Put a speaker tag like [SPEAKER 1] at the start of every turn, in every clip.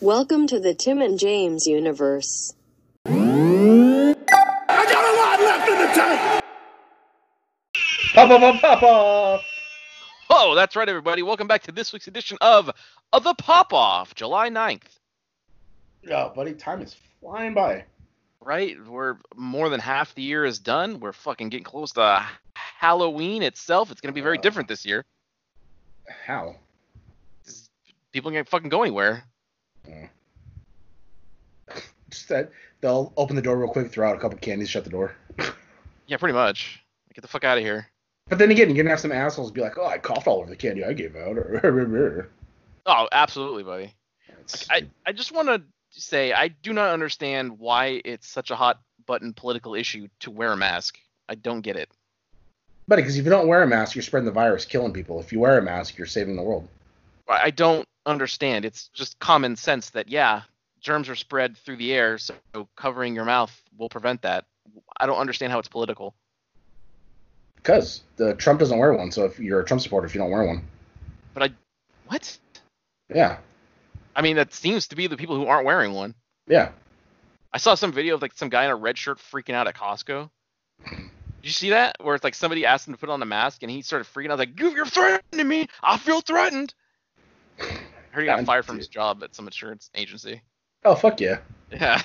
[SPEAKER 1] Welcome to the Tim and James universe.
[SPEAKER 2] I got a lot left in the tank.
[SPEAKER 3] Pop, pop, pop, pop, pop.
[SPEAKER 4] Oh, that's right, everybody. Welcome back to this week's edition of, of The Pop Off, July 9th.
[SPEAKER 3] Yeah, buddy, time is flying by.
[SPEAKER 4] Right? We're more than half the year is done. We're fucking getting close to Halloween itself. It's going to be very
[SPEAKER 3] Uh.
[SPEAKER 4] different this year.
[SPEAKER 3] How?
[SPEAKER 4] People can't fucking go anywhere.
[SPEAKER 3] Just that they'll open the door real quick, throw out a couple candies, shut the door.
[SPEAKER 4] Yeah, pretty much. Get the fuck out of here.
[SPEAKER 3] But then again, you're gonna have some assholes be like, "Oh, I coughed all over the candy I gave out." Or
[SPEAKER 4] Oh, absolutely, buddy.
[SPEAKER 3] It's-
[SPEAKER 4] I, I just want to say I do not understand why it's such a hot button political issue to wear a mask. I don't get it.
[SPEAKER 3] buddy, because if you don't wear a mask, you're spreading the virus, killing people. If you wear a mask, you're saving the world.
[SPEAKER 4] I I don't understand. It's just common sense that yeah, germs are spread through the air, so covering your mouth will prevent that. I don't understand how it's political.
[SPEAKER 3] Because the Trump doesn't wear one, so if you're a Trump supporter, if you don't wear one,
[SPEAKER 4] What?
[SPEAKER 3] yeah,
[SPEAKER 4] I mean, that seems to be the people who aren't wearing one.
[SPEAKER 3] yeah,
[SPEAKER 4] I saw some video of like some guy in a red shirt freaking out at Costco. Did you see that? Where it's like somebody asked him to put on a mask and he started freaking out like, "You- "You're threatening me! I feel threatened." I heard he got
[SPEAKER 3] God,
[SPEAKER 4] fired from
[SPEAKER 3] dude.
[SPEAKER 4] his job at some insurance agency.
[SPEAKER 3] oh fuck yeah.
[SPEAKER 4] Yeah.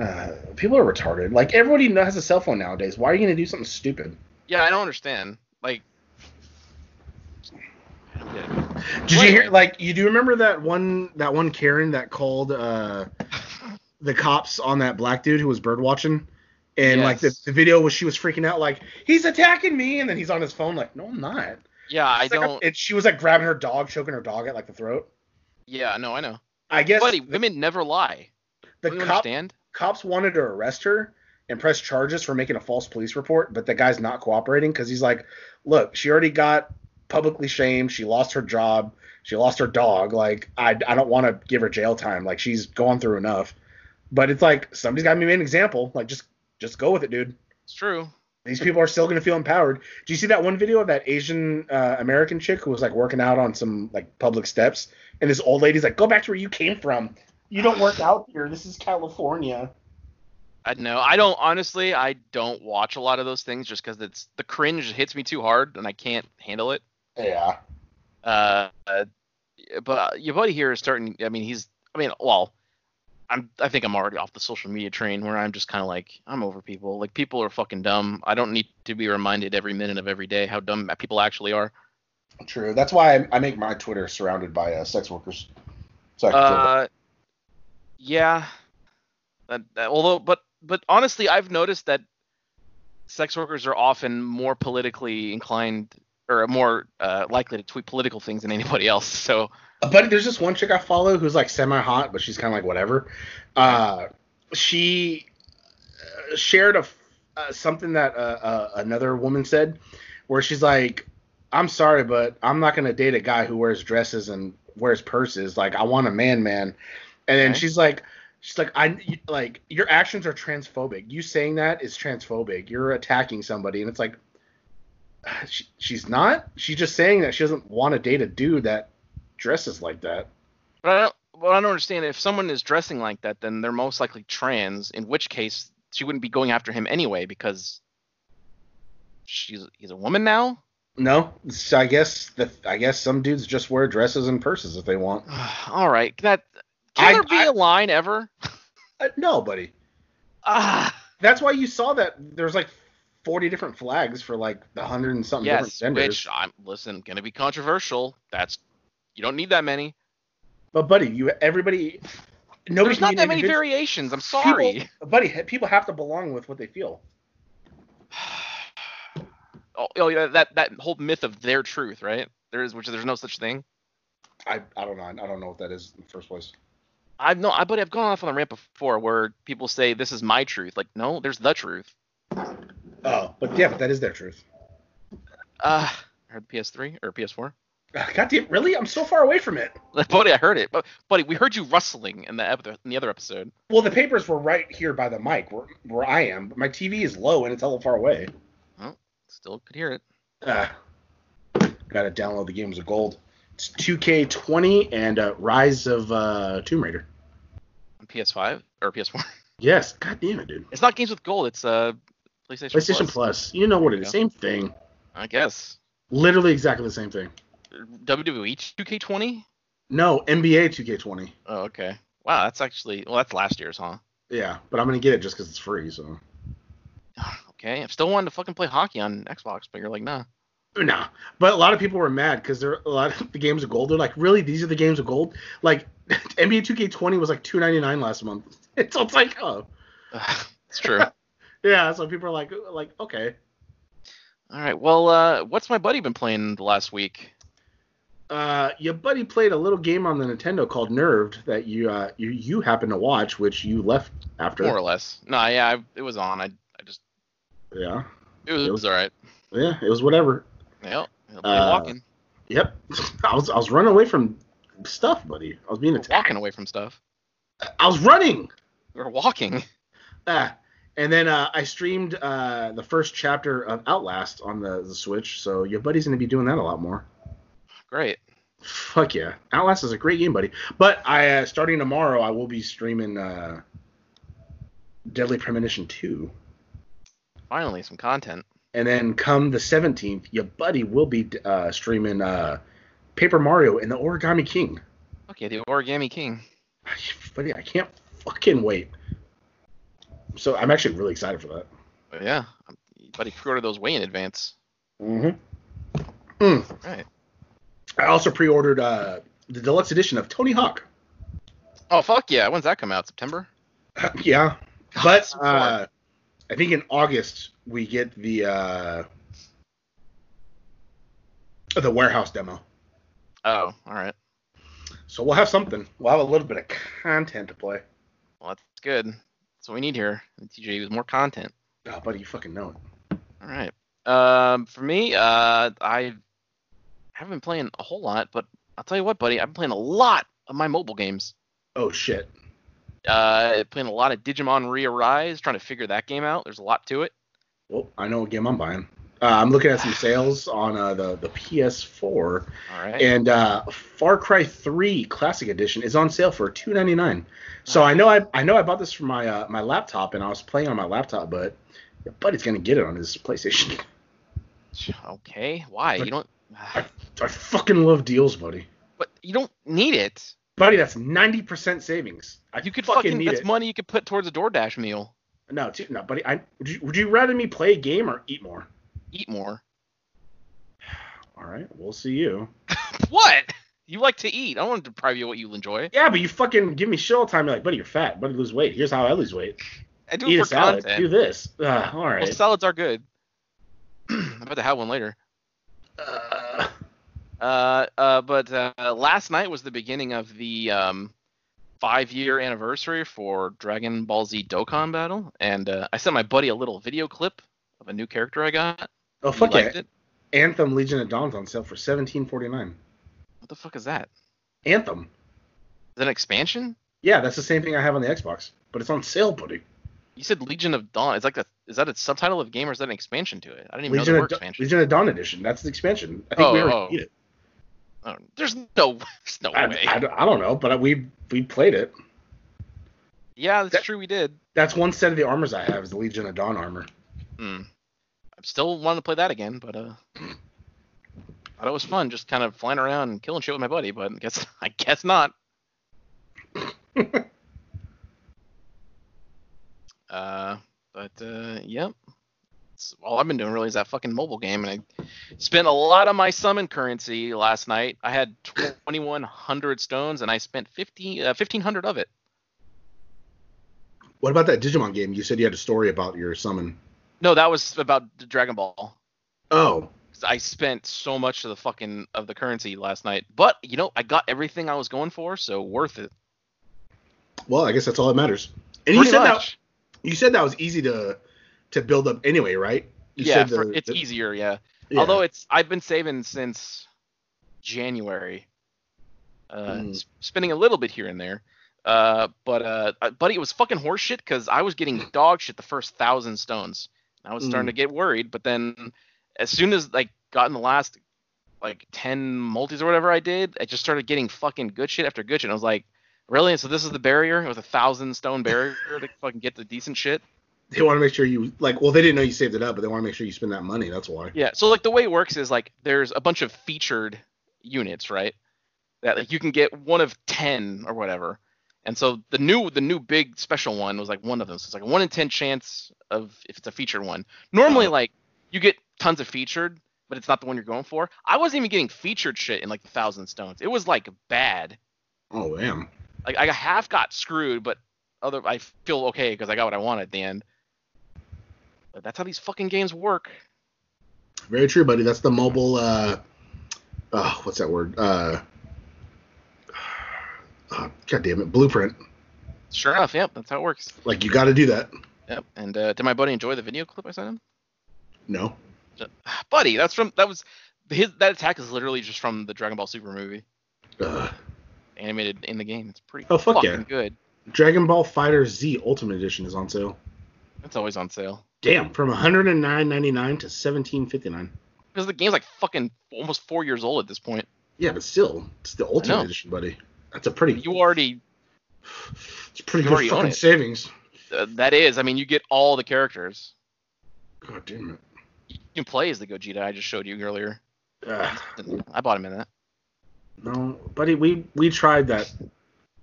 [SPEAKER 3] Uh, people are retarded. Like everybody kno- has a cell phone nowadays. Why are you gonna do something stupid?
[SPEAKER 4] Yeah, I don't understand. Like, I don't get it.
[SPEAKER 3] Did
[SPEAKER 4] Wait.
[SPEAKER 3] you hear? Like you do
[SPEAKER 5] You remember that one that one Karen that called uh, the cops on that black dude who was bird watching, and like the,
[SPEAKER 4] Yes.
[SPEAKER 5] the video was she was freaking out like he's attacking me, and then he's on his phone like no I'm not.
[SPEAKER 4] Yeah, I
[SPEAKER 5] It's like a-
[SPEAKER 4] don't.
[SPEAKER 5] and she was like grabbing her dog, choking her dog at like the throat.
[SPEAKER 4] Yeah, no, I know.
[SPEAKER 5] I guess
[SPEAKER 4] Buddy,
[SPEAKER 5] the,
[SPEAKER 4] women never lie.
[SPEAKER 5] the
[SPEAKER 4] do you
[SPEAKER 5] cop,
[SPEAKER 4] understand?
[SPEAKER 5] cops wanted to arrest her and press charges for making a false police report, but the guy's not cooperating because he's like, look, she already got publicly shamed. She lost her job. She lost her dog. Like, I, I don't want to give her jail time. Like, she's gone through enough. But it's like somebody's got to be made an example. Like, just just go with it, dude.
[SPEAKER 4] It's true.
[SPEAKER 5] These people are still gonna feel empowered. Do you see that one video of that Asian uh, American chick who was like working out on some like public steps, and this old lady's like, "Go back to where you came from. You don't work out here. This is California."
[SPEAKER 4] I know. I don't honestly. I don't watch a lot of those things just because it's the cringe hits me too hard and I can't handle it.
[SPEAKER 3] Yeah.
[SPEAKER 4] Uh, uh, but uh, your buddy here is starting. I mean, he's. I mean, well, I'm. I think I'm already off the social media train where I'm just kind of like I'm over people. Like people are fucking dumb. I don't need to be reminded every minute of every day how dumb people actually are.
[SPEAKER 3] True. That's why I, I make my Twitter surrounded by uh, sex workers. So I can feel
[SPEAKER 4] Uh, yeah. That, that- although, but but honestly, I've noticed that sex workers are often more politically inclined or more uh, likely to tweet political things than anybody else. So
[SPEAKER 5] But there's this one chick I follow who's like semi hot, but she's kind of like whatever. Uh, she uh, shared a f- uh, something that uh, uh, another woman said, where she's like, "I'm sorry, but I'm not gonna date a guy who wears dresses and wears purses. Like, I want a man, man." And then
[SPEAKER 4] Okay.
[SPEAKER 5] she's like, "She's like, I you- like your actions are transphobic. You saying that is transphobic. You're attacking somebody." And it's like, she, she's not. She's just saying that she doesn't want to date a dude that dresses like that.
[SPEAKER 4] But I don't. Well, I don't understand. If someone is dressing like that, then they're most likely trans. In which case, she wouldn't be going after him anyway because she's he's a woman now.
[SPEAKER 5] No, so I guess the I guess some dudes just wear dresses and purses if they want.
[SPEAKER 4] All right. That can
[SPEAKER 5] I-
[SPEAKER 4] there be
[SPEAKER 5] I-
[SPEAKER 4] a line ever?
[SPEAKER 5] Uh, no, buddy.
[SPEAKER 4] Ah.
[SPEAKER 5] That's why you saw that there's like 40 different flags for like the hundred and something
[SPEAKER 4] yes,
[SPEAKER 5] different genders.
[SPEAKER 4] which I'm listen gonna be controversial. That's you don't need that many.
[SPEAKER 5] But buddy, you everybody nobody
[SPEAKER 4] There's
[SPEAKER 5] can
[SPEAKER 4] not
[SPEAKER 5] be
[SPEAKER 4] that
[SPEAKER 5] an
[SPEAKER 4] many
[SPEAKER 5] individual-
[SPEAKER 4] variations. I'm sorry.
[SPEAKER 5] People, buddy, he- people have to belong with what they feel.
[SPEAKER 4] Oh, oh, yeah, that that whole myth of their truth, right? There is, which there's no such thing.
[SPEAKER 3] I, I don't know. I don't know what that is in the first place.
[SPEAKER 4] I've no, I but I've gone off on the rant before where people say this is my truth. Like, no, there's the truth.
[SPEAKER 5] Oh, but yeah, but that is their truth.
[SPEAKER 4] Uh, I heard the PS3 or PS4.
[SPEAKER 5] Ah, God damn, really? I'm so far away from it.
[SPEAKER 4] buddy, I heard it. But buddy, we heard you rustling in the ep- in the other episode.
[SPEAKER 5] Well, the papers were right here by the mic where, where I am, but my TV is low and it's hella far away.
[SPEAKER 4] Still could hear it.
[SPEAKER 5] Ah. Uh, gotta download the games of gold. It's 2K20 and uh, Rise of uh, Tomb Raider.
[SPEAKER 4] On PS5 or PS4.
[SPEAKER 5] Yes, god damn it, dude.
[SPEAKER 4] It's not games with gold. It's uh PlayStation.
[SPEAKER 5] PlayStation Plus. You know what it is.
[SPEAKER 4] There
[SPEAKER 5] Same thing.
[SPEAKER 4] I guess.
[SPEAKER 5] Literally exactly the same thing.
[SPEAKER 4] WWE 2K20.
[SPEAKER 5] No, NBA 2K20.
[SPEAKER 4] Oh, okay. Wow, that's actually well, that's last year's, huh?
[SPEAKER 5] Yeah, but I'm gonna get it just because it's free. So
[SPEAKER 4] Okay, I've still wanted to fucking play hockey on Xbox, but you're like, nah.
[SPEAKER 5] nah. But a lot of people were mad because there are a lot of the games of gold. They're like, really? These are the games of gold? Like NBA 2K20 was like 2.99 last month. It's, it's like, oh
[SPEAKER 4] it's true.
[SPEAKER 5] yeah. So people are like, like okay.
[SPEAKER 4] All right. Well, uh, what's my buddy been playing the last week?
[SPEAKER 5] Uh, your buddy played a little game on the Nintendo called Nerved that you uh, you you happened to watch, which you left after.
[SPEAKER 4] More or less. No, yeah, I, it was on. I, I just
[SPEAKER 5] Yeah,
[SPEAKER 4] it was,
[SPEAKER 5] Really?
[SPEAKER 4] it was all right.
[SPEAKER 5] yeah, it was whatever.
[SPEAKER 4] Yeah, he'll be
[SPEAKER 5] Uh,
[SPEAKER 4] walking.
[SPEAKER 5] Yep, I was I was running away from stuff, buddy. I was being
[SPEAKER 4] We're walking
[SPEAKER 5] attacked.
[SPEAKER 4] away from stuff.
[SPEAKER 5] I was running.
[SPEAKER 4] We're walking.
[SPEAKER 5] Ah, and then uh, I streamed uh, the first chapter of Outlast on the, the Switch, so your buddy's gonna be doing that a lot more.
[SPEAKER 4] Great.
[SPEAKER 5] Fuck yeah, Outlast is a great game, buddy. But I uh, starting tomorrow, I will be streaming uh, Deadly Premonition two,
[SPEAKER 4] Finally, some content.
[SPEAKER 5] and then come the seventeenth, your buddy will be uh, streaming uh, Paper Mario and the Origami King.
[SPEAKER 4] Okay, the Origami King.
[SPEAKER 5] Buddy, I can't fucking wait. So I'm actually really excited for that.
[SPEAKER 4] But yeah, I'm, but he pre-ordered those way in advance.
[SPEAKER 5] Mm-hmm.
[SPEAKER 4] Right.
[SPEAKER 5] I also pre-ordered uh, the deluxe edition of Tony Hawk.
[SPEAKER 4] Oh fuck yeah! When's that come out? September.
[SPEAKER 5] yeah,
[SPEAKER 4] God,
[SPEAKER 5] but
[SPEAKER 4] so far.
[SPEAKER 5] uh, I think in August we get the uh, the warehouse demo.
[SPEAKER 4] oh, all right.
[SPEAKER 5] So we'll have something. We'll have a little bit of content to play.
[SPEAKER 4] Well, that's good. That's what we need here. TJ with more content.
[SPEAKER 5] Oh, buddy, you fucking know it.
[SPEAKER 4] All right. Um, for me, uh, I haven't been playing a whole lot, but I'll tell you what, buddy, I've been playing a lot of my mobile games.
[SPEAKER 5] Oh shit.
[SPEAKER 4] Uh, playing a lot of Digimon Re Rise, trying to figure that game out. There's a lot to it.
[SPEAKER 5] Well, Oh, I know what game I'm buying. Uh, I'm looking at some sales on uh, the the PS4.
[SPEAKER 4] All right.
[SPEAKER 5] and uh, Far Cry 3 Classic Edition is on sale for two ninety nine. So I know I I know I bought this for my uh, my laptop and I was playing on my laptop, but your buddy's gonna get it on his PlayStation.
[SPEAKER 4] okay. Why? You don't.
[SPEAKER 5] I fucking love deals, buddy.
[SPEAKER 4] But you don't need it.
[SPEAKER 5] Buddy, that's ninety percent savings. I
[SPEAKER 4] You could fucking.
[SPEAKER 5] need
[SPEAKER 4] that's
[SPEAKER 5] it.
[SPEAKER 4] money you could put towards a DoorDash meal.
[SPEAKER 5] No, dude, no, buddy. I would you, would you rather me play a game or eat more?
[SPEAKER 4] Eat more.
[SPEAKER 5] All right, we'll see you.
[SPEAKER 4] What? You like to eat. I don't want to deprive you of what you enjoy.
[SPEAKER 5] Yeah, but you fucking give me shit all the time. You're like, buddy, you're fat. Buddy, lose weight. Here's how I lose weight.
[SPEAKER 4] I do it
[SPEAKER 5] Eat
[SPEAKER 4] for
[SPEAKER 5] a salad.
[SPEAKER 4] content.
[SPEAKER 5] Do this. Uh, all
[SPEAKER 4] Well,
[SPEAKER 5] right.
[SPEAKER 4] salads are good. I'm about to have one later.
[SPEAKER 5] Uh,
[SPEAKER 4] Uh, uh, but uh, last night was the beginning of the um, five-year anniversary for Dragon Ball Z Dokkan Battle, and uh, I sent my buddy a little video clip of a new character I got.
[SPEAKER 5] oh
[SPEAKER 4] He
[SPEAKER 5] fuck yeah.
[SPEAKER 4] liked it.
[SPEAKER 5] Anthem Legion of Dawn's on sale for seventeen forty nine.
[SPEAKER 4] What the fuck is that?
[SPEAKER 5] Anthem.
[SPEAKER 4] Is that an expansion?
[SPEAKER 5] Yeah, that's the same thing I have on the Xbox, but it's on sale, buddy.
[SPEAKER 4] You said Legion of Dawn. Is like a, is that a subtitle of the game or is that an expansion to it? I didn't even
[SPEAKER 5] Legion
[SPEAKER 4] know there were
[SPEAKER 5] of, Da-
[SPEAKER 4] expansions.
[SPEAKER 5] Legion of Dawn edition. That's the expansion. I think
[SPEAKER 4] Oh,
[SPEAKER 5] we already
[SPEAKER 4] oh.
[SPEAKER 5] beat it.
[SPEAKER 4] Oh, there's no there's no
[SPEAKER 5] I,
[SPEAKER 4] way.
[SPEAKER 5] I d- I don't know, but we we played it.
[SPEAKER 4] yeah, that's
[SPEAKER 5] that-
[SPEAKER 4] true. We did.
[SPEAKER 5] That's one set of the armors I have is the Legion of Dawn armor.
[SPEAKER 4] Hmm. I still wanted to play that again, but uh, thought it was fun just kind of flying around and killing shit with my buddy. But I guess I guess not. uh, but uh, yep. It's, all I've been doing really is that fucking mobile game, and I spent a lot of my summon currency last night. I had 2,100 stones, and I spent 50, uh, 1,500 of it.
[SPEAKER 5] What about that Digimon game? You said you had a story about your summon.
[SPEAKER 4] No, that was about Dragon Ball.
[SPEAKER 5] Oh,
[SPEAKER 4] 'Cause I spent so much of the fucking of the currency last night, but you know I got everything I was going for, so worth it.
[SPEAKER 5] well, I guess that's all that matters. And you
[SPEAKER 4] Pretty
[SPEAKER 5] said
[SPEAKER 4] much.
[SPEAKER 5] that you said that was easy to to build up anyway, right? You
[SPEAKER 4] yeah,
[SPEAKER 5] said
[SPEAKER 4] for-
[SPEAKER 5] the-
[SPEAKER 4] it's
[SPEAKER 5] the-
[SPEAKER 4] easier. Yeah.
[SPEAKER 5] yeah.
[SPEAKER 4] although it's I've been saving since January, uh,
[SPEAKER 5] Mm.
[SPEAKER 4] s- spending a little bit here and there. Uh, but uh, uh, buddy, it was fucking horseshit because I was getting dog shit the first thousand stones. I was starting
[SPEAKER 5] Mm.
[SPEAKER 4] to get worried, but then as soon as like got in the last like ten multis or whatever I did, I just started getting fucking good shit after good shit. And I was like, really? And so this is the barrier? It was a thousand stone barrier to fucking get the decent shit.
[SPEAKER 5] They want to make sure you like. Well, they didn't know you saved it up, but they want to make sure you spend that money. That's why.
[SPEAKER 4] Yeah. So like the way it works is like there's a bunch of featured units, right? That like you can get one of ten or whatever. And so the new the new big special one was like one of them. So it's like a one in ten chance of if it's a featured one. Normally like you get tons of featured, but it's not the one you're going for. I wasn't even getting featured shit in like the thousand stones. It was like bad.
[SPEAKER 5] Oh damn.
[SPEAKER 4] Like I half got screwed, but other I feel okay because I got what I wanted at the end. But that's how these fucking games work.
[SPEAKER 5] Very true, buddy. That's the mobile. uh Oh, what's that word? Uh, oh, God damn it, blueprint.
[SPEAKER 4] Sure enough, yep, that's how it works.
[SPEAKER 5] Like you got to do that.
[SPEAKER 4] Yep. And uh, did my buddy enjoy the video clip I sent him? Ah,
[SPEAKER 5] No.
[SPEAKER 4] Buddy, that's from that was his that attack is literally just from the Dragon Ball Super movie
[SPEAKER 5] Uh,
[SPEAKER 4] animated in the game. It's pretty
[SPEAKER 5] Oh, fuck
[SPEAKER 4] fucking
[SPEAKER 5] yeah.
[SPEAKER 4] good.
[SPEAKER 5] Dragon Ball Fighter Z Ultimate Edition is on sale.
[SPEAKER 4] It's always on sale
[SPEAKER 5] Damn, from 109.99 to 17.59.
[SPEAKER 4] because the game's like fucking almost four years old at this point.
[SPEAKER 5] Yeah, but still, it's the
[SPEAKER 4] know.
[SPEAKER 5] Ultimate Edition, buddy. That's a pretty.
[SPEAKER 4] You already
[SPEAKER 5] it's pretty
[SPEAKER 4] you
[SPEAKER 5] good
[SPEAKER 4] already own
[SPEAKER 5] fucking
[SPEAKER 4] it.
[SPEAKER 5] savings.
[SPEAKER 4] uh, that is. I mean, you get all the characters.
[SPEAKER 5] God damn it.
[SPEAKER 4] You can play as the Gogeta I just showed you earlier.
[SPEAKER 5] Ah,
[SPEAKER 4] I bought him in that.
[SPEAKER 5] no, buddy, we we tried that.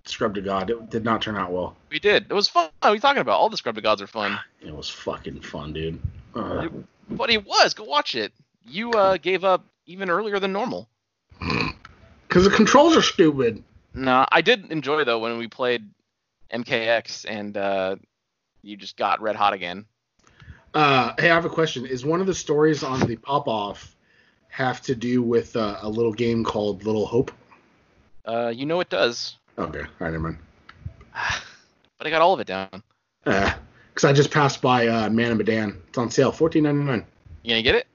[SPEAKER 5] Scrub to God, it did not turn out well.
[SPEAKER 4] We did. It was fun. What are you talking about? All the Scrub the Gods are fun.
[SPEAKER 5] It was fucking fun, dude. Uh, Ugh.
[SPEAKER 4] But it was. Go watch it. You uh, gave up even earlier than normal.
[SPEAKER 5] Cause the controls are stupid.
[SPEAKER 4] No, I did enjoy though when we played MKX and uh, you just got red hot again.
[SPEAKER 5] Uh, hey, I have a question. Is one of the stories on the pop off have to do with uh, a little game called Little Hope?
[SPEAKER 4] Uh, you know it does.
[SPEAKER 5] Okay, all right, never mind.
[SPEAKER 4] but I got all of it down.
[SPEAKER 5] Because Uh, I just passed by uh, Man and Medan. It's on sale, fourteen ninety nine.
[SPEAKER 4] You gonna get it?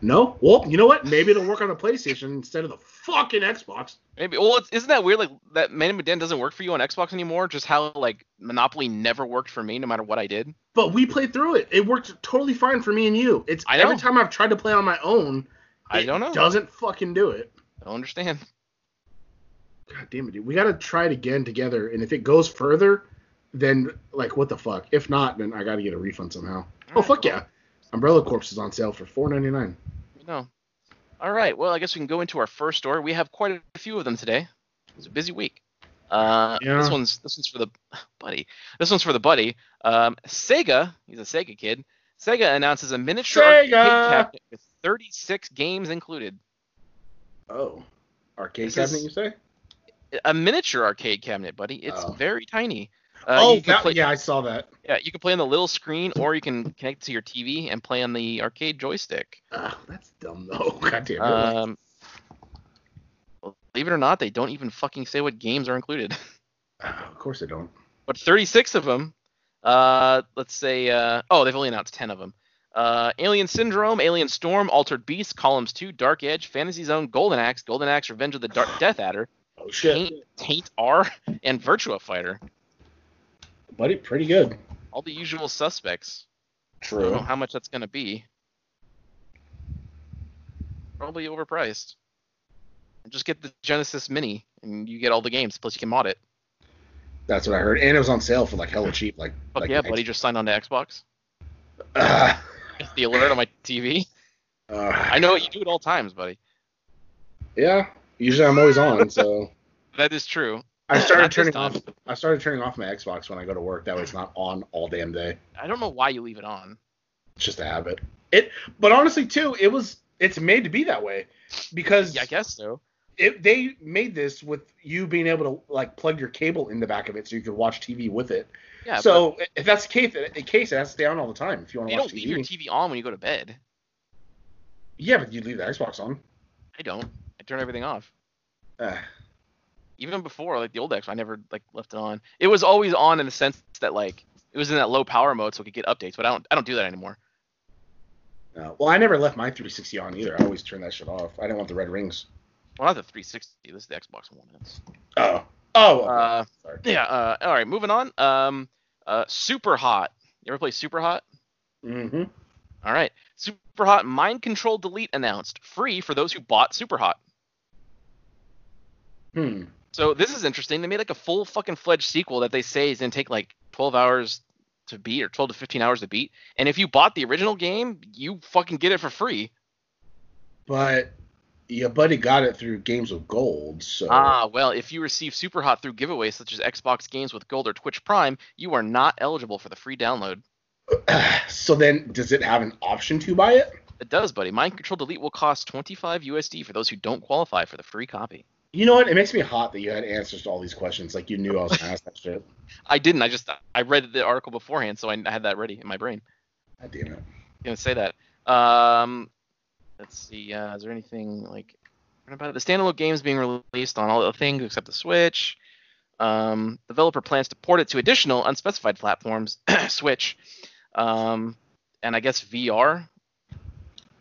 [SPEAKER 5] No, well, you know what? Maybe it'll work on a PlayStation instead of the fucking Xbox.
[SPEAKER 4] Maybe. Well, it's, isn't that weird? Like that Man in Medan doesn't work for you on Xbox anymore. Just how like Monopoly never worked for me, no matter what I did.
[SPEAKER 5] But we played through it. It worked totally fine for me and you. It's
[SPEAKER 4] I
[SPEAKER 5] every
[SPEAKER 4] know.
[SPEAKER 5] time I've tried to play on my own,
[SPEAKER 4] I
[SPEAKER 5] it
[SPEAKER 4] don't know.
[SPEAKER 5] Doesn't fucking do it.
[SPEAKER 4] I don't understand.
[SPEAKER 5] God damn it, dude. We gotta try it again together. And if it goes further, then like what the fuck? If not, then I gotta get a refund somehow. oh
[SPEAKER 4] Alright,
[SPEAKER 5] fuck
[SPEAKER 4] cool.
[SPEAKER 5] yeah. Umbrella Corpse is on sale for four ninety nine.
[SPEAKER 4] No. All right. Well, I guess we can go into our first story. We have quite a few of them today. It's a busy week. Uh,
[SPEAKER 5] Yeah.
[SPEAKER 4] This one's this one's for the buddy. This one's for the buddy. Um, Sega. He's a Sega kid. Sega announces a miniature arcade
[SPEAKER 5] Sega!
[SPEAKER 4] cabinet with 36 games included.
[SPEAKER 5] Oh. Arcade
[SPEAKER 4] This
[SPEAKER 5] cabinet,
[SPEAKER 4] is-
[SPEAKER 5] you say?
[SPEAKER 4] A miniature arcade cabinet, buddy. It's
[SPEAKER 5] Oh.
[SPEAKER 4] very tiny. Uh,
[SPEAKER 5] Oh
[SPEAKER 4] you can
[SPEAKER 5] that,
[SPEAKER 4] play-
[SPEAKER 5] yeah, I saw that.
[SPEAKER 4] Yeah, you can play on the little screen, or you can connect to your TV and play on the arcade joystick.
[SPEAKER 5] Ugh, Ah, that's dumb though. God damn it.
[SPEAKER 4] Um, believe it or not, they don't even fucking say what games are included.
[SPEAKER 5] Ugh, Ah, of course I don't.
[SPEAKER 4] But 36 of them. Uh, let's say. Uh, oh, they've only announced 10 of them. Uh, Alien Syndrome, Alien Storm, Altered Beast, Columns 2, Dark Edge, Fantasy Zone, Golden Axe, Golden Axe, Revenge of the Dark Death Adder,
[SPEAKER 5] Oh shit.
[SPEAKER 4] Taint, Taint R, and Virtua Fighter.
[SPEAKER 5] Buddy, pretty good.
[SPEAKER 4] All the usual suspects. I don't
[SPEAKER 5] True.
[SPEAKER 4] know how much that's gonna be. Probably overpriced. Just get the Genesis Mini, and you get all the games. Plus, you can mod it.
[SPEAKER 5] That's what I heard. And it was on sale for like hella cheap. Like,
[SPEAKER 4] Fuck
[SPEAKER 5] like
[SPEAKER 4] yeah, buddy! Just signed on to Xbox.
[SPEAKER 5] Ugh.
[SPEAKER 4] Get the alert on my TV.
[SPEAKER 5] Ugh.
[SPEAKER 4] I know you do it all times, buddy.
[SPEAKER 5] Yeah. Usually I'm always on, so
[SPEAKER 4] That is true.
[SPEAKER 5] I
[SPEAKER 4] Not
[SPEAKER 5] started
[SPEAKER 4] this
[SPEAKER 5] turning
[SPEAKER 4] time.
[SPEAKER 5] off. I started turning off my Xbox when I go to work. That way, it's not on all damn day.
[SPEAKER 4] I don't know why you leave it on.
[SPEAKER 5] It's just a habit. It, but honestly, too, it was. It's made to be that way because
[SPEAKER 4] Yeah, I guess so.
[SPEAKER 5] it, they made this with you being able to like plug your cable in the back of it so you could watch TV with it.
[SPEAKER 4] Yeah.
[SPEAKER 5] so if that's the case, the case it has to stay on all the time if you
[SPEAKER 4] but
[SPEAKER 5] want
[SPEAKER 4] you
[SPEAKER 5] to watch
[SPEAKER 4] don't leave your
[SPEAKER 5] TV.
[SPEAKER 4] TV on when you go to bed.
[SPEAKER 5] yeah, but you leave the Xbox on. Uh,
[SPEAKER 4] I don't. I turn everything off.
[SPEAKER 5] Ugh.
[SPEAKER 4] Even before, like the old Xbox, I never like left it on. It was always on in the sense that like it was in that low power mode, so it could get updates. But I don't. I don't do that anymore.
[SPEAKER 5] Uh, well, I never left my 360 on either. I always turned that shit off. I didn't want the red rings.
[SPEAKER 4] Well, not the 360. This is the Xbox One. That's-
[SPEAKER 5] Oh. Oh. okay.
[SPEAKER 4] Uh,
[SPEAKER 5] Sorry.
[SPEAKER 4] yeah. Uh, all right. Moving on. Um, uh, Super Hot. You ever play Super Hot?
[SPEAKER 5] Mm-hmm.
[SPEAKER 4] All right. Super Hot Mind Control Delete announced, free for those who bought Super Hot.
[SPEAKER 5] Hmm.
[SPEAKER 4] So this is interesting. They made like a full fucking fledged sequel that they say is gonna take like 12 hours to beat or 12 to 15 hours to beat. And if you bought the original game, you fucking get it for free.
[SPEAKER 5] But your buddy got it through Games of Gold, so
[SPEAKER 4] Ah, well, if you receive Super Hot through giveaways such as Xbox Games with Gold or Twitch Prime, you are not eligible for the free download.
[SPEAKER 5] so then does it have an option to buy it?
[SPEAKER 4] It does, buddy. Mind Control Delete will cost 25 USD for those who don't qualify for the free copy.
[SPEAKER 5] You know what? It makes me hot that you had answers to all these questions. Like you knew I was gonna ask that shit.
[SPEAKER 4] I didn't. I just I read the article beforehand, so I I had that ready in my brain.
[SPEAKER 5] God damn it.
[SPEAKER 4] gonna say that. Um, let's see. Uh, is there anything like what about the standalone games being released on all the things except the Switch? Um, developer plans to port it to additional unspecified platforms, Switch, um, and I guess VR.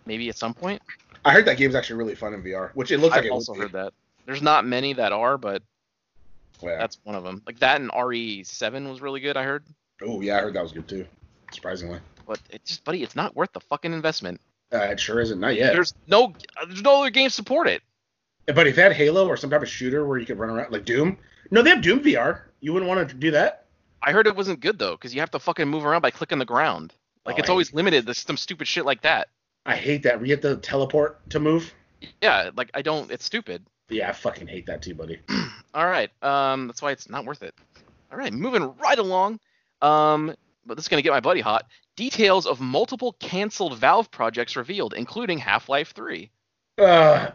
[SPEAKER 4] Maybe at some point.
[SPEAKER 5] I heard that game's actually really fun in VR, which it looks
[SPEAKER 4] I've
[SPEAKER 5] like it
[SPEAKER 4] also
[SPEAKER 5] would be.
[SPEAKER 4] heard that. There's not many that are, but
[SPEAKER 5] Oh, Yeah.
[SPEAKER 4] that's one of them. Like that and RE7 was really good. I heard,
[SPEAKER 5] Oh yeah, I heard that was good too. Surprisingly,
[SPEAKER 4] but it just, buddy, it's not worth the fucking investment.
[SPEAKER 5] uh, it sure isn't. Not yet.
[SPEAKER 4] There's no, there's no other games support it.
[SPEAKER 5] But if they had Halo or some type of shooter where you could run around like Doom, no, they have Doom VR. You wouldn't want to do that.
[SPEAKER 4] I heard it wasn't good though, because you have to fucking move around by clicking the ground. Like
[SPEAKER 5] Oh,
[SPEAKER 4] it's
[SPEAKER 5] I-
[SPEAKER 4] always limited. There's some stupid shit like that.
[SPEAKER 5] I hate that. We have to teleport to move.
[SPEAKER 4] Yeah, like I don't. It's stupid.
[SPEAKER 5] Yeah, I fucking hate that too, buddy.
[SPEAKER 4] All right. Um, that's why it's not worth it. All right, moving right along. Um, but this is gonna get my buddy hot. Details of multiple canceled Valve projects revealed, including Half-Life 3.
[SPEAKER 5] Uh,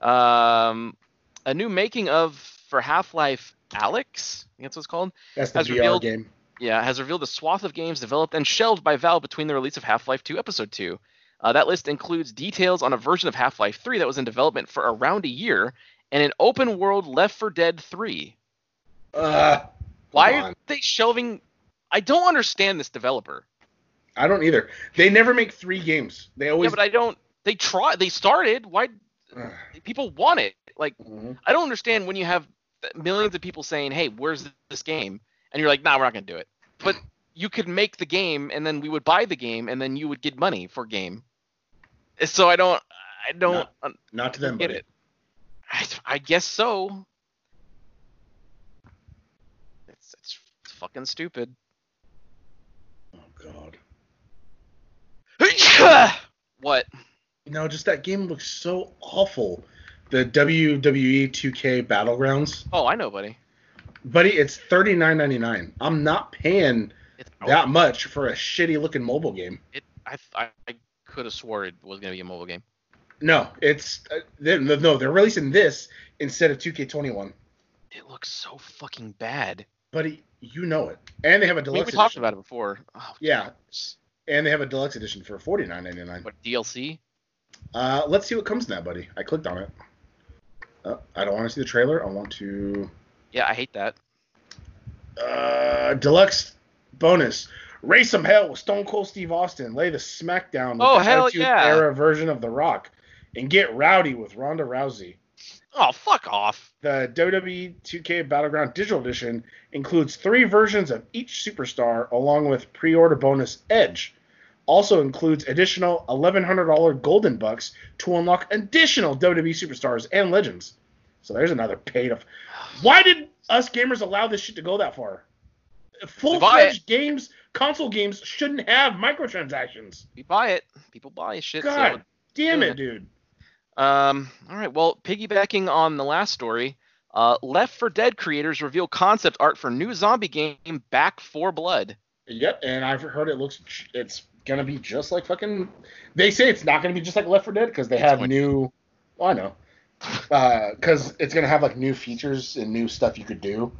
[SPEAKER 4] Um, a new making of for Half-Life Alex. I think that's what it's called.
[SPEAKER 5] that's the
[SPEAKER 4] As
[SPEAKER 5] VR
[SPEAKER 4] revealed-
[SPEAKER 5] game.
[SPEAKER 4] yeah, has revealed a swath of games developed and shelved by Valve between the release of Half-Life 2 Episode 2. Uh, that list includes details on a version of Half-Life 3 that was in development for around a year and an open-world Left 4 Dead 3.
[SPEAKER 5] Uh,
[SPEAKER 4] Why
[SPEAKER 5] Come
[SPEAKER 4] are
[SPEAKER 5] on.
[SPEAKER 4] they shelving? I don't understand this developer.
[SPEAKER 5] I don't either. They never make three games. They
[SPEAKER 4] Yeah,
[SPEAKER 5] always.
[SPEAKER 4] but I don't. They try. They started. Why?
[SPEAKER 5] Ugh.
[SPEAKER 4] People want it. Like
[SPEAKER 5] Mhm.
[SPEAKER 4] I don't understand when you have millions of people saying, "Hey, where's this game?" and you're like, "Nah, we're not gonna do it." But you could make the game, and then we would buy the game, and then you would get money for game. So I don't, I don't un-
[SPEAKER 5] Not to them,
[SPEAKER 4] get
[SPEAKER 5] buddy.
[SPEAKER 4] it. I, I guess so. It's, it's fucking stupid.
[SPEAKER 5] Oh god.
[SPEAKER 4] what?
[SPEAKER 5] No, just that game looks so awful. The WWE 2K Battlegrounds,
[SPEAKER 4] Oh, I know, buddy.
[SPEAKER 5] buddy. It's thirty nine ninety nine. I'm not paying
[SPEAKER 4] It's
[SPEAKER 5] that much for a shitty looking mobile game.
[SPEAKER 4] It, I, I, I could have swore it was gonna be a mobile game.
[SPEAKER 5] No, it's uh, they, no. They're releasing this instead of 2K21,
[SPEAKER 4] It looks so fucking bad.
[SPEAKER 5] buddy. You know it, and they have a
[SPEAKER 4] I mean,
[SPEAKER 5] deluxe.
[SPEAKER 4] we talked
[SPEAKER 5] edition.
[SPEAKER 4] about it before. Oh,
[SPEAKER 5] Yeah,
[SPEAKER 4] Jesus.
[SPEAKER 5] and they have a deluxe edition for 49.99.
[SPEAKER 4] What DLC?
[SPEAKER 5] Uh, let's see what comes in that, buddy. I clicked on it. Uh, I don't want to see the trailer. I want to
[SPEAKER 4] Yeah, I hate that.
[SPEAKER 5] uh, deluxe bonus. Race some hell with Stone Cold Steve Austin. Lay the smackdown with
[SPEAKER 4] Oh,
[SPEAKER 5] the
[SPEAKER 4] hell
[SPEAKER 5] Attitude
[SPEAKER 4] yeah.
[SPEAKER 5] era version of The Rock, and get rowdy with Ronda Rousey.
[SPEAKER 4] Oh, fuck off.
[SPEAKER 5] The WWE 2K Battleground Digital Edition includes three versions of each superstar, along with pre order bonus Edge. Also includes additional $1,100 golden bucks to unlock additional WWE superstars and legends. So there's another pay to. Why did us gamers allow this shit to go that far? Full fledged games, console games shouldn't have microtransactions.
[SPEAKER 4] We buy it. People buy shit. so-
[SPEAKER 5] God damn
[SPEAKER 4] doing
[SPEAKER 5] it, dude.
[SPEAKER 4] um, all right. Well, piggybacking on the last story, uh, Left for Dead creators reveal concept art for new zombie game Back for Blood.
[SPEAKER 5] Yep, and I've heard it looks it's gonna be just like fucking. They say it's not gonna be just like Left 4 Dead because they have
[SPEAKER 4] what-
[SPEAKER 5] new. Well, I know, because it's gonna have like new features and new stuff you could do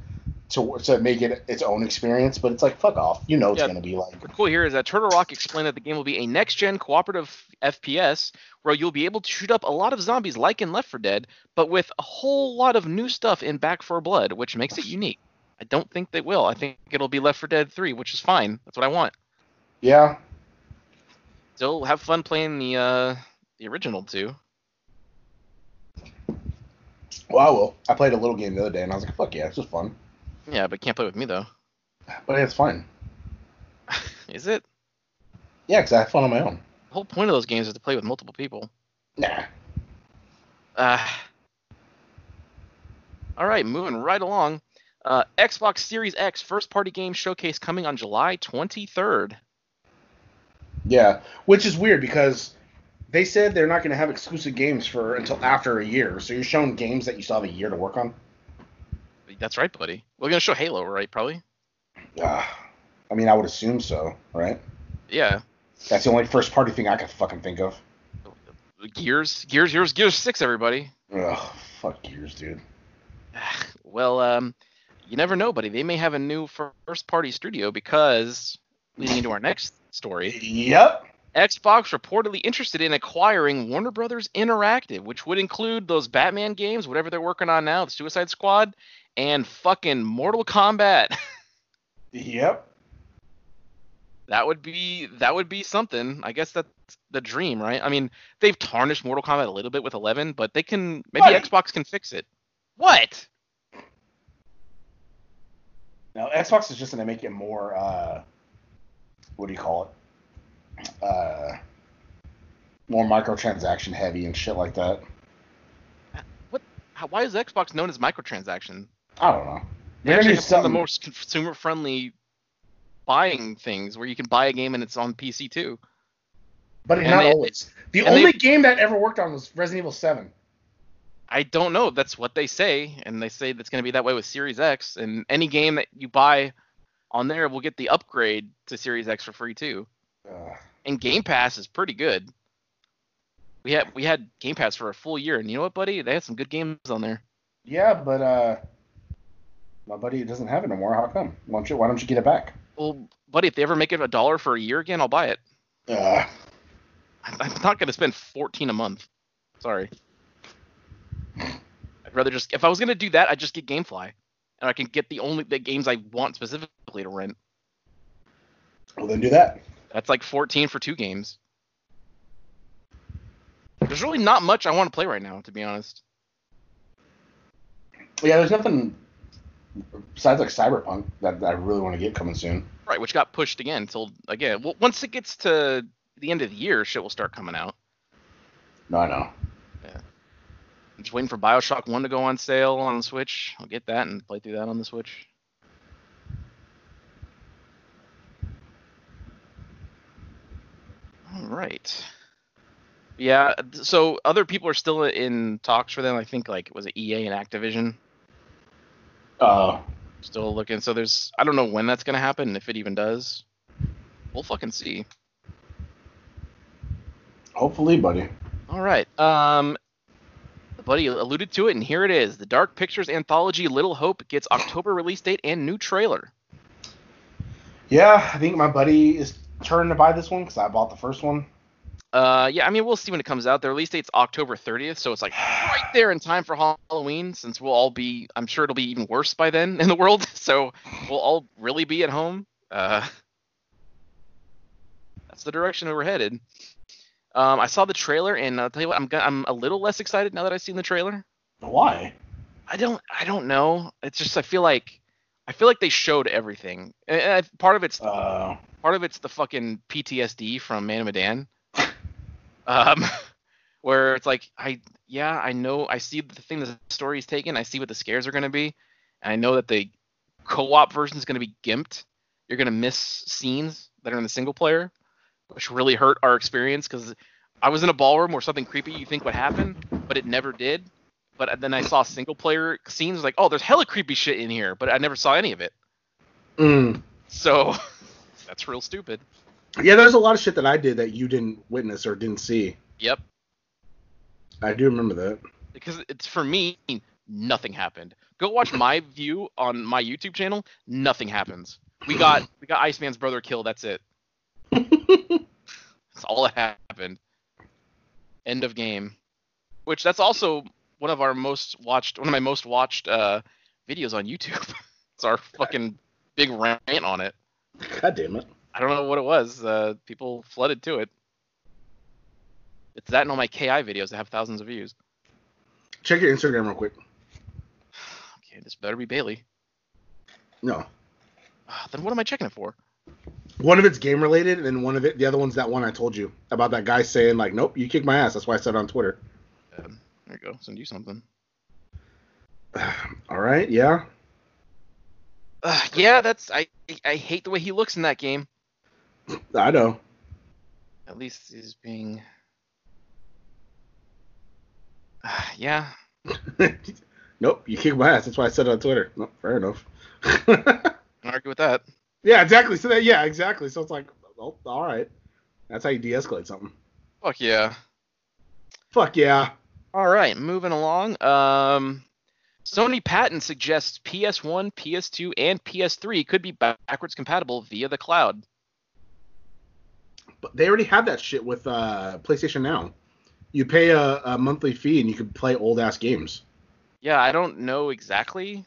[SPEAKER 5] to to make it its own experience. But it's like fuck off, you know it's
[SPEAKER 4] Yeah.
[SPEAKER 5] gonna be like.
[SPEAKER 4] What's cool here is that Turtle Rock explained that the game will be a next-gen cooperative FPS where you'll be able to shoot up a lot of zombies like in Left 4 Dead, but with a whole lot of new stuff in Back 4 Blood, which makes it unique. I don't think they will. I think it'll be Left 4 Dead 3, which is fine. That's what I want.
[SPEAKER 5] Yeah,
[SPEAKER 4] Still have fun playing the uh, the original too.
[SPEAKER 5] well I will. I played a little game the other day and I was like, fuck yeah, it's just fun.
[SPEAKER 4] Yeah, but can't play with me though.
[SPEAKER 5] But it's fun.
[SPEAKER 4] Is it?
[SPEAKER 3] Yeah, because I have fun on my own.
[SPEAKER 4] The whole point of those games is to play with multiple people.
[SPEAKER 3] Nah.
[SPEAKER 4] Uh, all right, moving right along. Uh, Xbox Series X first party game showcase coming on July 23rd.
[SPEAKER 3] Yeah, which is weird because they said they're not going to have exclusive games for until after a year. So you're showing games that you still have a year to work on.
[SPEAKER 4] That's right, buddy. We're gonna show Halo, right? Probably.
[SPEAKER 3] Uh, I mean, I would assume so, right?
[SPEAKER 4] Yeah.
[SPEAKER 3] That's the only first party thing I could fucking think of.
[SPEAKER 4] Gears, Gears, Gears, Gears Six, everybody.
[SPEAKER 3] Ugh, fuck Gears, dude.
[SPEAKER 4] Well, um, you never know, buddy. They may have a new first party studio because leading into our next story,
[SPEAKER 3] Yep.
[SPEAKER 4] Xbox reportedly interested in acquiring Warner Brothers Interactive, which would include those Batman games, whatever they're working on now, the Suicide Squad, and fucking Mortal Kombat.
[SPEAKER 3] Yep.
[SPEAKER 4] That would be that would be something. I guess that's the dream, right? I mean, they've tarnished Mortal Kombat a little bit with 11, but they can maybe
[SPEAKER 3] Buddy.
[SPEAKER 4] Xbox can fix it. What?
[SPEAKER 3] No, Xbox is just going to make it more. Uh, what do you call it? Uh, more microtransaction heavy and shit like that.
[SPEAKER 4] How, why is Xbox known as microtransaction?
[SPEAKER 3] I don't know.
[SPEAKER 4] They
[SPEAKER 3] They're gonna do
[SPEAKER 4] actually have some of the
[SPEAKER 3] something-
[SPEAKER 4] most consumer friendly buying things where you can buy a game and it's on PC too.
[SPEAKER 3] But
[SPEAKER 4] And
[SPEAKER 3] not
[SPEAKER 4] they-
[SPEAKER 3] always. The
[SPEAKER 4] and they-
[SPEAKER 3] only game that ever worked on was Resident Evil 7.
[SPEAKER 4] I don't know. That's what they say, and they say that's going to be that way with Series X. And any game that you buy on there will get the upgrade to Series X for free too.
[SPEAKER 3] Ugh.
[SPEAKER 4] And Game Pass is pretty good. We had we had Game Pass for a full year, and you know what, buddy? They had some good games on there.
[SPEAKER 3] Yeah, but uh, my buddy doesn't have it no more. How come? Why don't you? Why don't you get it back?
[SPEAKER 4] Well, buddy, if they ever make it a dollar for a year again, I'll buy it.
[SPEAKER 3] Uh,
[SPEAKER 4] I'm I'm not going to spend 14 a month. Sorry. I'd rather just if I was going to do that, I'd just get GameFly, and I can get the only the games I want specifically to rent.
[SPEAKER 3] well, then do that.
[SPEAKER 4] That's like 14 for two games. There's really not much I want to play right now, to be honest.
[SPEAKER 3] Yeah, there's nothing besides like Cyberpunk that, that I really want to get coming soon.
[SPEAKER 4] Right, which got pushed again until again. Well, once it gets to the end of the year, shit will start coming out.
[SPEAKER 3] No, I know.
[SPEAKER 4] I'm just waiting for Bioshock One to go on sale on the Switch. I'll get that and play through that on the Switch. All right. Yeah. th- So other people are still in talks for them. I think like was it EA and Activision
[SPEAKER 3] Uh,
[SPEAKER 4] still looking. So there's I don't know when that's gonna happen if it even does. We'll fucking see.
[SPEAKER 3] hopefully, buddy.
[SPEAKER 4] All right. Um, buddy alluded to it, and here it is: the Dark Pictures anthology Little Hope gets October release date and new trailer.
[SPEAKER 3] Yeah, I think my buddy is turning to buy this one because I bought the first one.
[SPEAKER 4] Uh, yeah, I mean we'll see when it comes out. The release date's October 30th, so it's like right there in time for Halloween, since we'll all be, I'm sure it'll be even worse by then in the world, so we'll all really be at home. Uh, that's the direction we're headed. Um, I saw the trailer, and I'll tell you what, I'm go- I'm a little less excited now that I've seen the trailer.
[SPEAKER 3] Why?
[SPEAKER 4] I don't I don't know. It's just I feel like I feel like they showed everything. And, and I- part of it's
[SPEAKER 3] Uh,
[SPEAKER 4] part of it's the fucking PTSD from Man of Medan. Um where it's like I yeah, I know I see the thing that the story's taken, I see what the scares are gonna be, and I know that the co-op version is gonna be gimped. You're gonna miss scenes that are in the single player, which really hurt our experience because I was in a ballroom where something creepy you think would happen, but it never did. But then I saw single player scenes like, oh, there's hella creepy shit in here, but I never saw any of it.
[SPEAKER 5] Mm.
[SPEAKER 4] So that's real stupid.
[SPEAKER 5] Yeah, there's a lot of shit that I did that you didn't witness or didn't see.
[SPEAKER 4] Yep.
[SPEAKER 5] I do remember that.
[SPEAKER 4] because it's for me nothing happened go watch my view on my youtube channel nothing happens we got we got iceman's brother killed that's it that's all that happened end of game which that's also one of our most watched one of my most watched uh videos on youtube it's our fucking big rant on it
[SPEAKER 5] God damn it.
[SPEAKER 4] i don't know what it was uh people flooded to it it's that and all my ki videos that have thousands of views
[SPEAKER 5] Check your Instagram real quick.
[SPEAKER 4] okay this better be bailey
[SPEAKER 5] No.
[SPEAKER 4] Ah, then what am I checking it for?
[SPEAKER 5] one of it's game related, and then one of it, the other one's that one I told you about that guy saying like, "Nope, you kicked my ass." That's why I said it on Twitter.
[SPEAKER 4] Um, There you go. Send you something.
[SPEAKER 5] All right, yeah.
[SPEAKER 4] Uh, yeah, that's I. I hate the way he looks in that game.
[SPEAKER 5] I know.
[SPEAKER 4] At least he's being. Uh, yeah.
[SPEAKER 5] nope, you kicked my ass. That's why I said it on Twitter. Nope, fair enough.
[SPEAKER 4] Can't argue with that.
[SPEAKER 5] yeah, exactly. So that, yeah, exactly. So it's like, oh, all right. That's how you de-escalate something.
[SPEAKER 4] Fuck yeah.
[SPEAKER 5] Fuck yeah.
[SPEAKER 4] All right, moving along. Um, Sony patent suggests PS1, PS2, and PS3 could be backwards compatible via the cloud.
[SPEAKER 5] But they already have that shit with uh, PlayStation Now. You pay a, a monthly fee and you can play old ass games.
[SPEAKER 4] Yeah, I don't know exactly.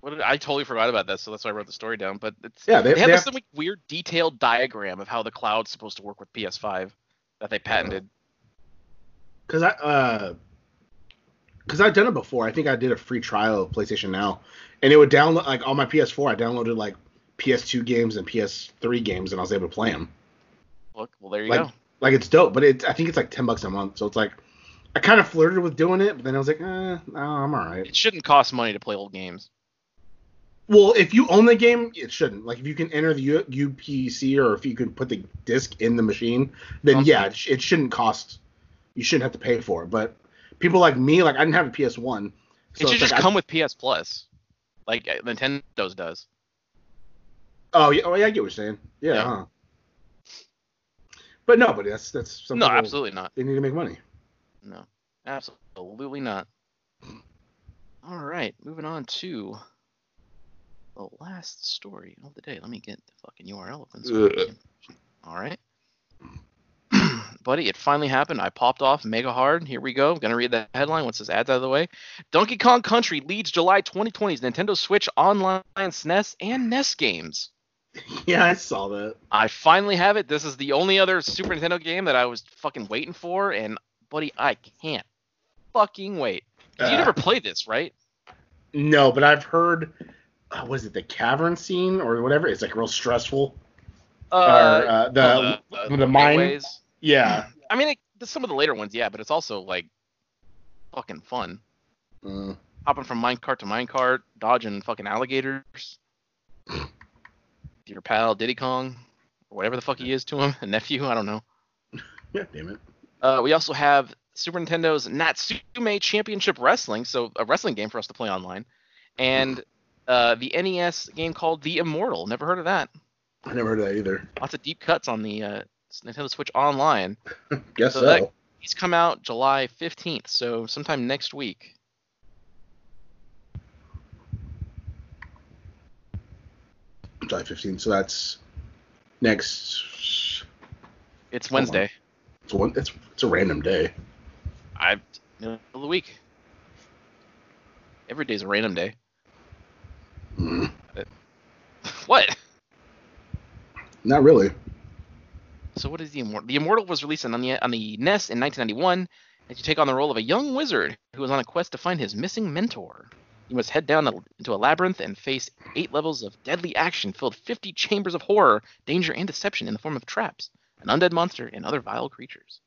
[SPEAKER 4] What did, I totally forgot about that, so that's why I wrote the story down. But it's,
[SPEAKER 5] Yeah, they-
[SPEAKER 4] they, had
[SPEAKER 5] they
[SPEAKER 4] this
[SPEAKER 5] have-
[SPEAKER 4] like, weird detailed diagram of how the cloud's supposed to work with PS5 that they patented.
[SPEAKER 5] Cause I, uh, cause I've done it before. I think I did a free trial of PlayStation Now, and it would download like on my PS4. I downloaded like PS2 games and PS3 games, and I was able to play them.
[SPEAKER 4] Look, well, there you
[SPEAKER 5] Like-
[SPEAKER 4] go.
[SPEAKER 5] Like it's dope, but it's I think it's like ten bucks a month. So it's like I kind of flirted with doing it, but then I was like, eh, no, I'm all right.
[SPEAKER 4] It shouldn't cost money to play old games.
[SPEAKER 5] Well, if you own the game, it shouldn't. Like if you can enter the U- UPC or if you can put the disc in the machine, then
[SPEAKER 4] Okay.
[SPEAKER 5] yeah, it, sh- it shouldn't cost. You shouldn't have to pay for it. But people like me, like I didn't have a PS One.
[SPEAKER 4] it should
[SPEAKER 5] it's
[SPEAKER 4] just
[SPEAKER 5] like, I-
[SPEAKER 4] come with PS Plus, like uh, Nintendo's does.
[SPEAKER 5] Oh yeah, oh yeah, I get what you're saying. Yeah.
[SPEAKER 4] Yeah.
[SPEAKER 5] Huh. But no, but that's that's something.
[SPEAKER 4] No, absolutely not.
[SPEAKER 5] They need to make money.
[SPEAKER 4] No, absolutely not. All right, moving on to the last story of the day. Let me get the fucking URL open. so I can- All right. Buddy, it finally happened. I popped off mega hard. Here we go. I'm going to read the headline once this ad's out of the way. Donkey Kong Country leads July 2020's Nintendo Switch Online SNES and NES games.
[SPEAKER 5] yeah, I saw that.
[SPEAKER 4] I finally have it. This is the only other Super Nintendo game that I was fucking waiting for, and buddy, I can't fucking wait. 'Cause
[SPEAKER 5] Uh.
[SPEAKER 4] you never played this, right?
[SPEAKER 5] No, but I've heard. Uh, was it the cavern scene or whatever? It's like real stressful. or, uh, the,
[SPEAKER 4] well,
[SPEAKER 5] the mine.
[SPEAKER 4] Ways.
[SPEAKER 5] Yeah.
[SPEAKER 4] I mean, it, the- some of the later ones, yeah, but it's also like fucking fun.
[SPEAKER 5] Mm.
[SPEAKER 4] Hopping from minecart to minecart, dodging fucking alligators. Your pal Diddy Kong, or whatever the fuck he is to him, a nephew, I don't know.
[SPEAKER 5] Yeah, damn it.
[SPEAKER 4] Uh, we also have Super Nintendo's Natsume Championship Wrestling, so a wrestling game for us to play online, and uh, the NES game called The Immortal. Never heard of that.
[SPEAKER 5] I never heard of that either.
[SPEAKER 4] Lots of deep cuts on the uh, Nintendo Switch Online.
[SPEAKER 5] Guess
[SPEAKER 4] So
[SPEAKER 5] so.
[SPEAKER 4] that- These come out July 15th, so sometime next week.
[SPEAKER 5] July 15th. So that's next. Hold on.
[SPEAKER 4] It's Wednesday.
[SPEAKER 5] It's one. It's it's a random day.
[SPEAKER 4] I middle of the week. Every day's a random day.
[SPEAKER 5] Mm.
[SPEAKER 4] what?
[SPEAKER 5] Not really.
[SPEAKER 4] So what is the Immortal? The Immortal was released on the on the NES in 1991 as you take on the role of a young wizard who is on a quest to find his missing mentor. You must head down a, into a labyrinth and face eight levels of deadly action filled 50 chambers of horror, danger, and deception in the form of traps, an undead monster, and other vile creatures.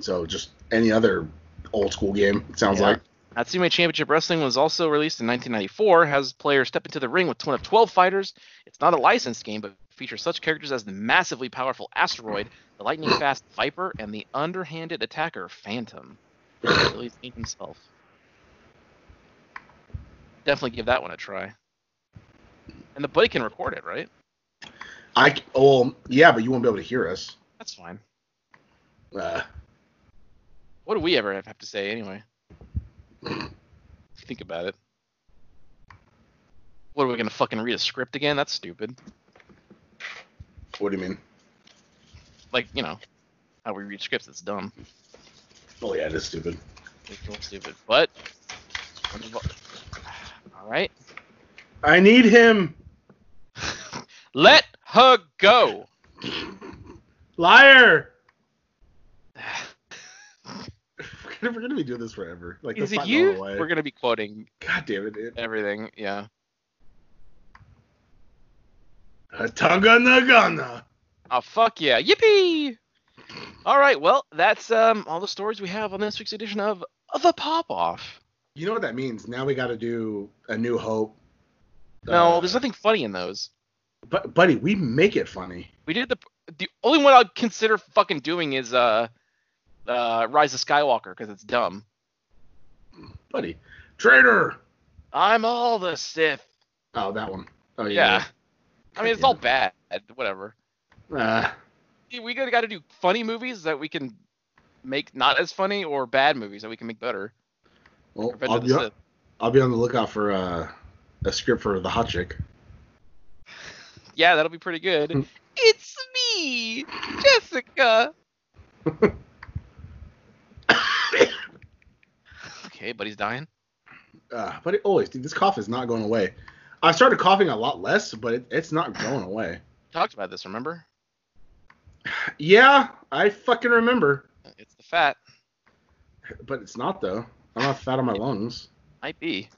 [SPEAKER 5] So just any other old school game. It sounds
[SPEAKER 4] Yeah.
[SPEAKER 5] like.
[SPEAKER 4] Natsume Championship Wrestling was also released in 1994, has players step into the ring with one of 12 fighters. It's not a licensed game, but features such characters as the massively powerful Asteroid, the lightning fast Viper, and the underhanded attacker Phantom. At least he himself. Definitely give that one a try. And the buddy can record it, right?
[SPEAKER 5] I c- oh yeah, but you won't be able to hear us.
[SPEAKER 4] That's fine.
[SPEAKER 5] Uh,
[SPEAKER 4] What do we ever have to say anyway? Think about it. What are we gonna fucking read a script again? That's stupid.
[SPEAKER 5] what do you mean?
[SPEAKER 4] like you know how we read scripts it's dumb
[SPEAKER 5] Oh yeah, it is stupid.
[SPEAKER 4] it's real stupid but all right
[SPEAKER 5] I need him,
[SPEAKER 4] let her go
[SPEAKER 5] liar. We're gonna be doing this forever. Like
[SPEAKER 4] is
[SPEAKER 5] that's
[SPEAKER 4] it
[SPEAKER 5] not
[SPEAKER 4] you
[SPEAKER 5] going away.
[SPEAKER 4] we're gonna be quoting
[SPEAKER 5] God damn it, dude.
[SPEAKER 4] everything yeah
[SPEAKER 5] Hatanganagana.
[SPEAKER 4] Oh fuck yeah! Yippee! All right, well that's um all the stories we have on this week's edition of the Pop Off.
[SPEAKER 5] You know what that means? Now we got to do a New Hope.
[SPEAKER 4] No,
[SPEAKER 5] Uh,
[SPEAKER 4] there's nothing funny in those.
[SPEAKER 5] but buddy, we make it funny.
[SPEAKER 4] We did the the only one I'd consider fucking doing is uh uh Rise of Skywalker because it's dumb.
[SPEAKER 5] buddy. Traitor.
[SPEAKER 4] I'm all the Sith.
[SPEAKER 5] Oh, that one. Oh
[SPEAKER 4] Yeah.
[SPEAKER 5] yeah.
[SPEAKER 4] I mean it's all bad. Whatever.
[SPEAKER 5] Uh,
[SPEAKER 4] We gotta gotta do funny movies that we can make not as funny or bad movies that we can make better.
[SPEAKER 5] well,
[SPEAKER 4] Revenge
[SPEAKER 5] I'll
[SPEAKER 4] of
[SPEAKER 5] be,
[SPEAKER 4] the
[SPEAKER 5] on,
[SPEAKER 4] Sith.
[SPEAKER 5] I'll be on the lookout for uh, a script for the hot chick.
[SPEAKER 4] Yeah, that'll be pretty good. it's me, Jessica. Okay, buddy's dying.
[SPEAKER 5] uh, but it always, dude, this cough is not going away. I started coughing a lot less, but it, it's not going away.
[SPEAKER 4] Talked about this, remember?
[SPEAKER 5] Yeah, I fucking remember,
[SPEAKER 4] It's the fat.
[SPEAKER 5] but it's not though. I'm not fat on my lungs.
[SPEAKER 4] Might be.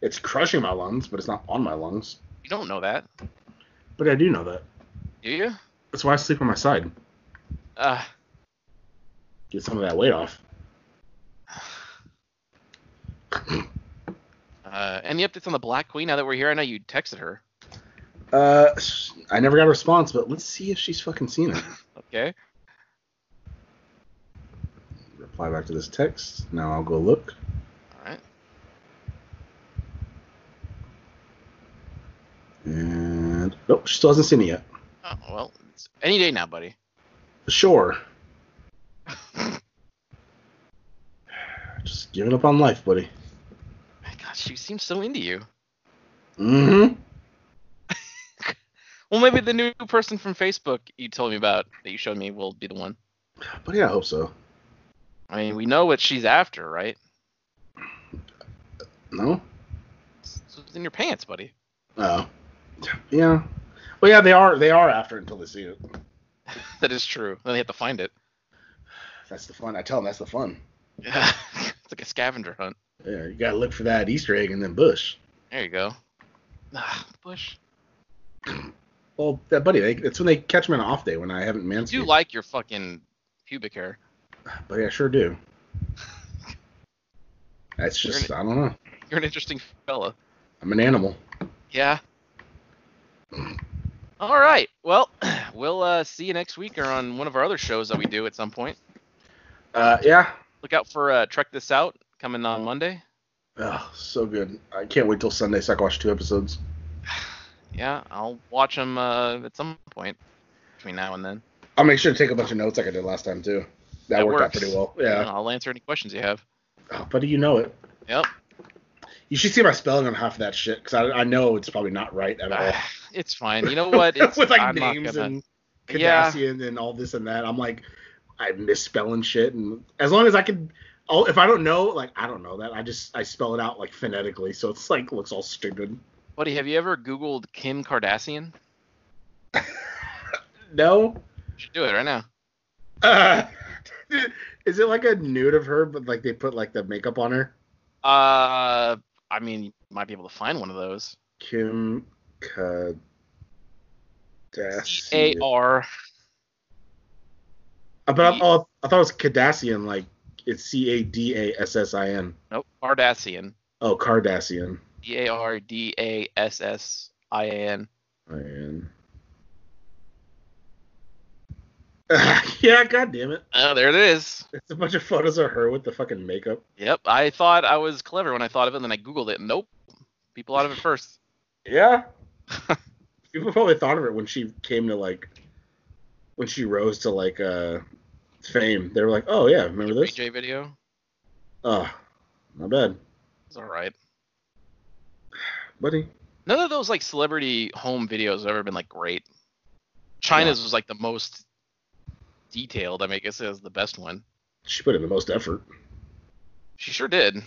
[SPEAKER 5] It's crushing my lungs, but it's not on my lungs.
[SPEAKER 4] You don't know that,
[SPEAKER 5] But I do know that.
[SPEAKER 4] do you?
[SPEAKER 5] That's why I sleep on my side.
[SPEAKER 4] Uh,
[SPEAKER 5] Get some of that weight off.
[SPEAKER 4] uh, any updates on the Black Queen now that we're here? I know you texted her.
[SPEAKER 5] Uh, s- I never got a response, but let's see if she's fucking seen it.
[SPEAKER 4] Okay.
[SPEAKER 5] Reply back to this text. Now I'll go look.
[SPEAKER 4] All right.
[SPEAKER 5] And nope, she still hasn't seen it yet.
[SPEAKER 4] Oh, well, it's any day now, buddy.
[SPEAKER 5] Sure. Just giving up on life, buddy.
[SPEAKER 4] My God, she seems so into you.
[SPEAKER 5] Mm-hmm.
[SPEAKER 4] Well, maybe the new person from Facebook you told me about that you showed me will be the one.
[SPEAKER 5] Buddy, I hope so.
[SPEAKER 4] I mean, we know what she's after, right?
[SPEAKER 5] No?
[SPEAKER 4] It's it's in your pants, buddy.
[SPEAKER 5] Oh. Yeah. Well yeah, they are they are after it until they see it.
[SPEAKER 4] That is true. Then they have to find it.
[SPEAKER 5] That's the fun. I tell them that's the fun.
[SPEAKER 4] Yeah. it's like a scavenger hunt.
[SPEAKER 5] Yeah, you gotta look for that Easter egg and then bush.
[SPEAKER 4] There you go. Ah, Bush.
[SPEAKER 5] Well, that buddy, they, that's when they catch me on an off day when I haven't
[SPEAKER 4] You
[SPEAKER 5] manscaped.
[SPEAKER 4] do like your fucking pubic hair.
[SPEAKER 5] Buddy, I sure do. That's just I don't know.
[SPEAKER 4] You're an interesting fella.
[SPEAKER 5] I'm an animal.
[SPEAKER 4] Yeah. All right. Well, we'll uh, see you next week or on one of our other shows that we do at some point.
[SPEAKER 5] Uh, yeah.
[SPEAKER 4] Look out for uh, Trek This Out coming on Monday.
[SPEAKER 5] Oh, so good. I can't wait till Sunday so I can watch two episodes.
[SPEAKER 4] Yeah, I'll watch them uh, at some point between now and then.
[SPEAKER 5] I'll make sure to take a bunch of notes like I did last time too. That,
[SPEAKER 4] That
[SPEAKER 5] worked out
[SPEAKER 4] works.
[SPEAKER 5] pretty well.
[SPEAKER 4] And
[SPEAKER 5] Yeah.
[SPEAKER 4] I'll answer any questions you have.
[SPEAKER 5] Oh, buddy, you know it.
[SPEAKER 4] Yep.
[SPEAKER 5] You should see my spelling on half of that shit because I, I know it's probably not right at all.
[SPEAKER 4] Ah, it's fine. You know what? It's,
[SPEAKER 5] With like
[SPEAKER 4] I'm not
[SPEAKER 5] names
[SPEAKER 4] gonna-
[SPEAKER 5] and
[SPEAKER 4] Yeah.
[SPEAKER 5] Cardassian and all this and that, I'm like, I'm misspelling shit. And as long as I can, oh, if I don't know, like I don't know that, I just I spell it out like phonetically, so it's like looks all stupid.
[SPEAKER 4] Buddy, have you ever Googled Kim Kardashian?
[SPEAKER 5] No.
[SPEAKER 4] You should do it right now.
[SPEAKER 5] Uh, is it like a nude of her, but like they put like the makeup on her?
[SPEAKER 4] Uh, I mean, you might be able to find one of those.
[SPEAKER 5] Kim
[SPEAKER 4] A
[SPEAKER 5] Kardashian.
[SPEAKER 4] R.
[SPEAKER 5] Uh, But I, oh, I thought it was Cardassian, like it's C A D A S S I N.
[SPEAKER 4] Nope, Kardashian.
[SPEAKER 5] Oh, Cardassian.
[SPEAKER 4] D A R D A S S I A N.
[SPEAKER 5] Man. yeah, god damn it.
[SPEAKER 4] Oh, there it is.
[SPEAKER 5] It's a bunch of photos of her with the fucking makeup.
[SPEAKER 4] Yep, I thought I was clever when I thought of it, and then I Googled it. Nope. People out of it first.
[SPEAKER 5] Yeah. People probably thought of it when she came to like when she rose to like uh fame. They were like, Oh yeah, remember this?
[SPEAKER 4] J video.
[SPEAKER 5] Oh, not bad.
[SPEAKER 4] It's all right.
[SPEAKER 5] Buddy.
[SPEAKER 4] None of those like celebrity home videos have ever been like great. China's was like the most detailed. I mean, I guess it was the best one.
[SPEAKER 5] She put in the most effort.
[SPEAKER 4] She sure did.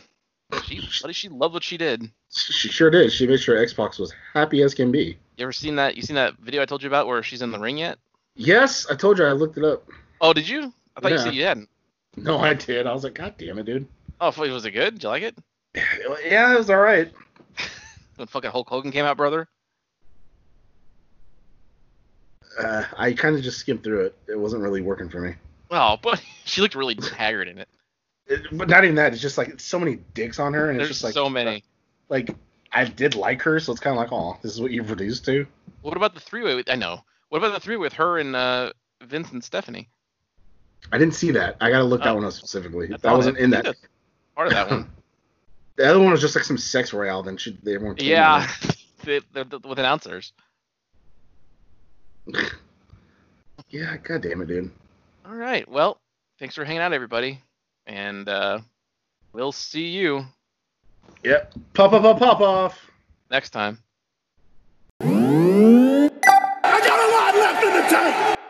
[SPEAKER 4] She buddy, she loved what she did.
[SPEAKER 5] She sure did. She made sure Xbox was happy as can be.
[SPEAKER 4] You ever seen that? You seen that video I told you about where she's in the ring yet?
[SPEAKER 5] Yes, I told you I looked it up.
[SPEAKER 4] Oh, did you? I thought you
[SPEAKER 5] Yeah.
[SPEAKER 4] said you hadn't.
[SPEAKER 5] No, I did. I was like, God damn it, dude.
[SPEAKER 4] Oh, f- was it good? Did you like it?
[SPEAKER 5] Yeah, it was all right.
[SPEAKER 4] When fucking Hulk Hogan came out, brother.
[SPEAKER 5] uh, I kind of just skimmed through it. It wasn't really working for me.
[SPEAKER 6] Well, but she looked really haggard in it.
[SPEAKER 5] It- but not even that. It's just like it's so many dicks on her, and
[SPEAKER 6] There's
[SPEAKER 5] it's just like uh,
[SPEAKER 6] so many.
[SPEAKER 5] Like I did like her, so it's kind of like, oh, this is what you've reduced to.
[SPEAKER 6] What about the three way? I know. What about the three with her and uh, Vince and Stephanie?
[SPEAKER 5] I didn't see that. I gotta look that
[SPEAKER 6] Oh.
[SPEAKER 5] one up specifically.
[SPEAKER 6] That's
[SPEAKER 5] That
[SPEAKER 6] all-
[SPEAKER 5] wasn't in
[SPEAKER 6] I think
[SPEAKER 5] that.
[SPEAKER 6] that's Part of that one.
[SPEAKER 5] The other one was just like some sex royale. Then she they weren't.
[SPEAKER 6] yeah, they, they're th- with announcers.
[SPEAKER 5] Yeah. God damn it, dude.
[SPEAKER 6] All right. Well, thanks for hanging out, everybody, and uh, we'll see you
[SPEAKER 5] Yep. Pop up, pop, pop off.
[SPEAKER 6] next time.
[SPEAKER 2] I got a lot left in the tank.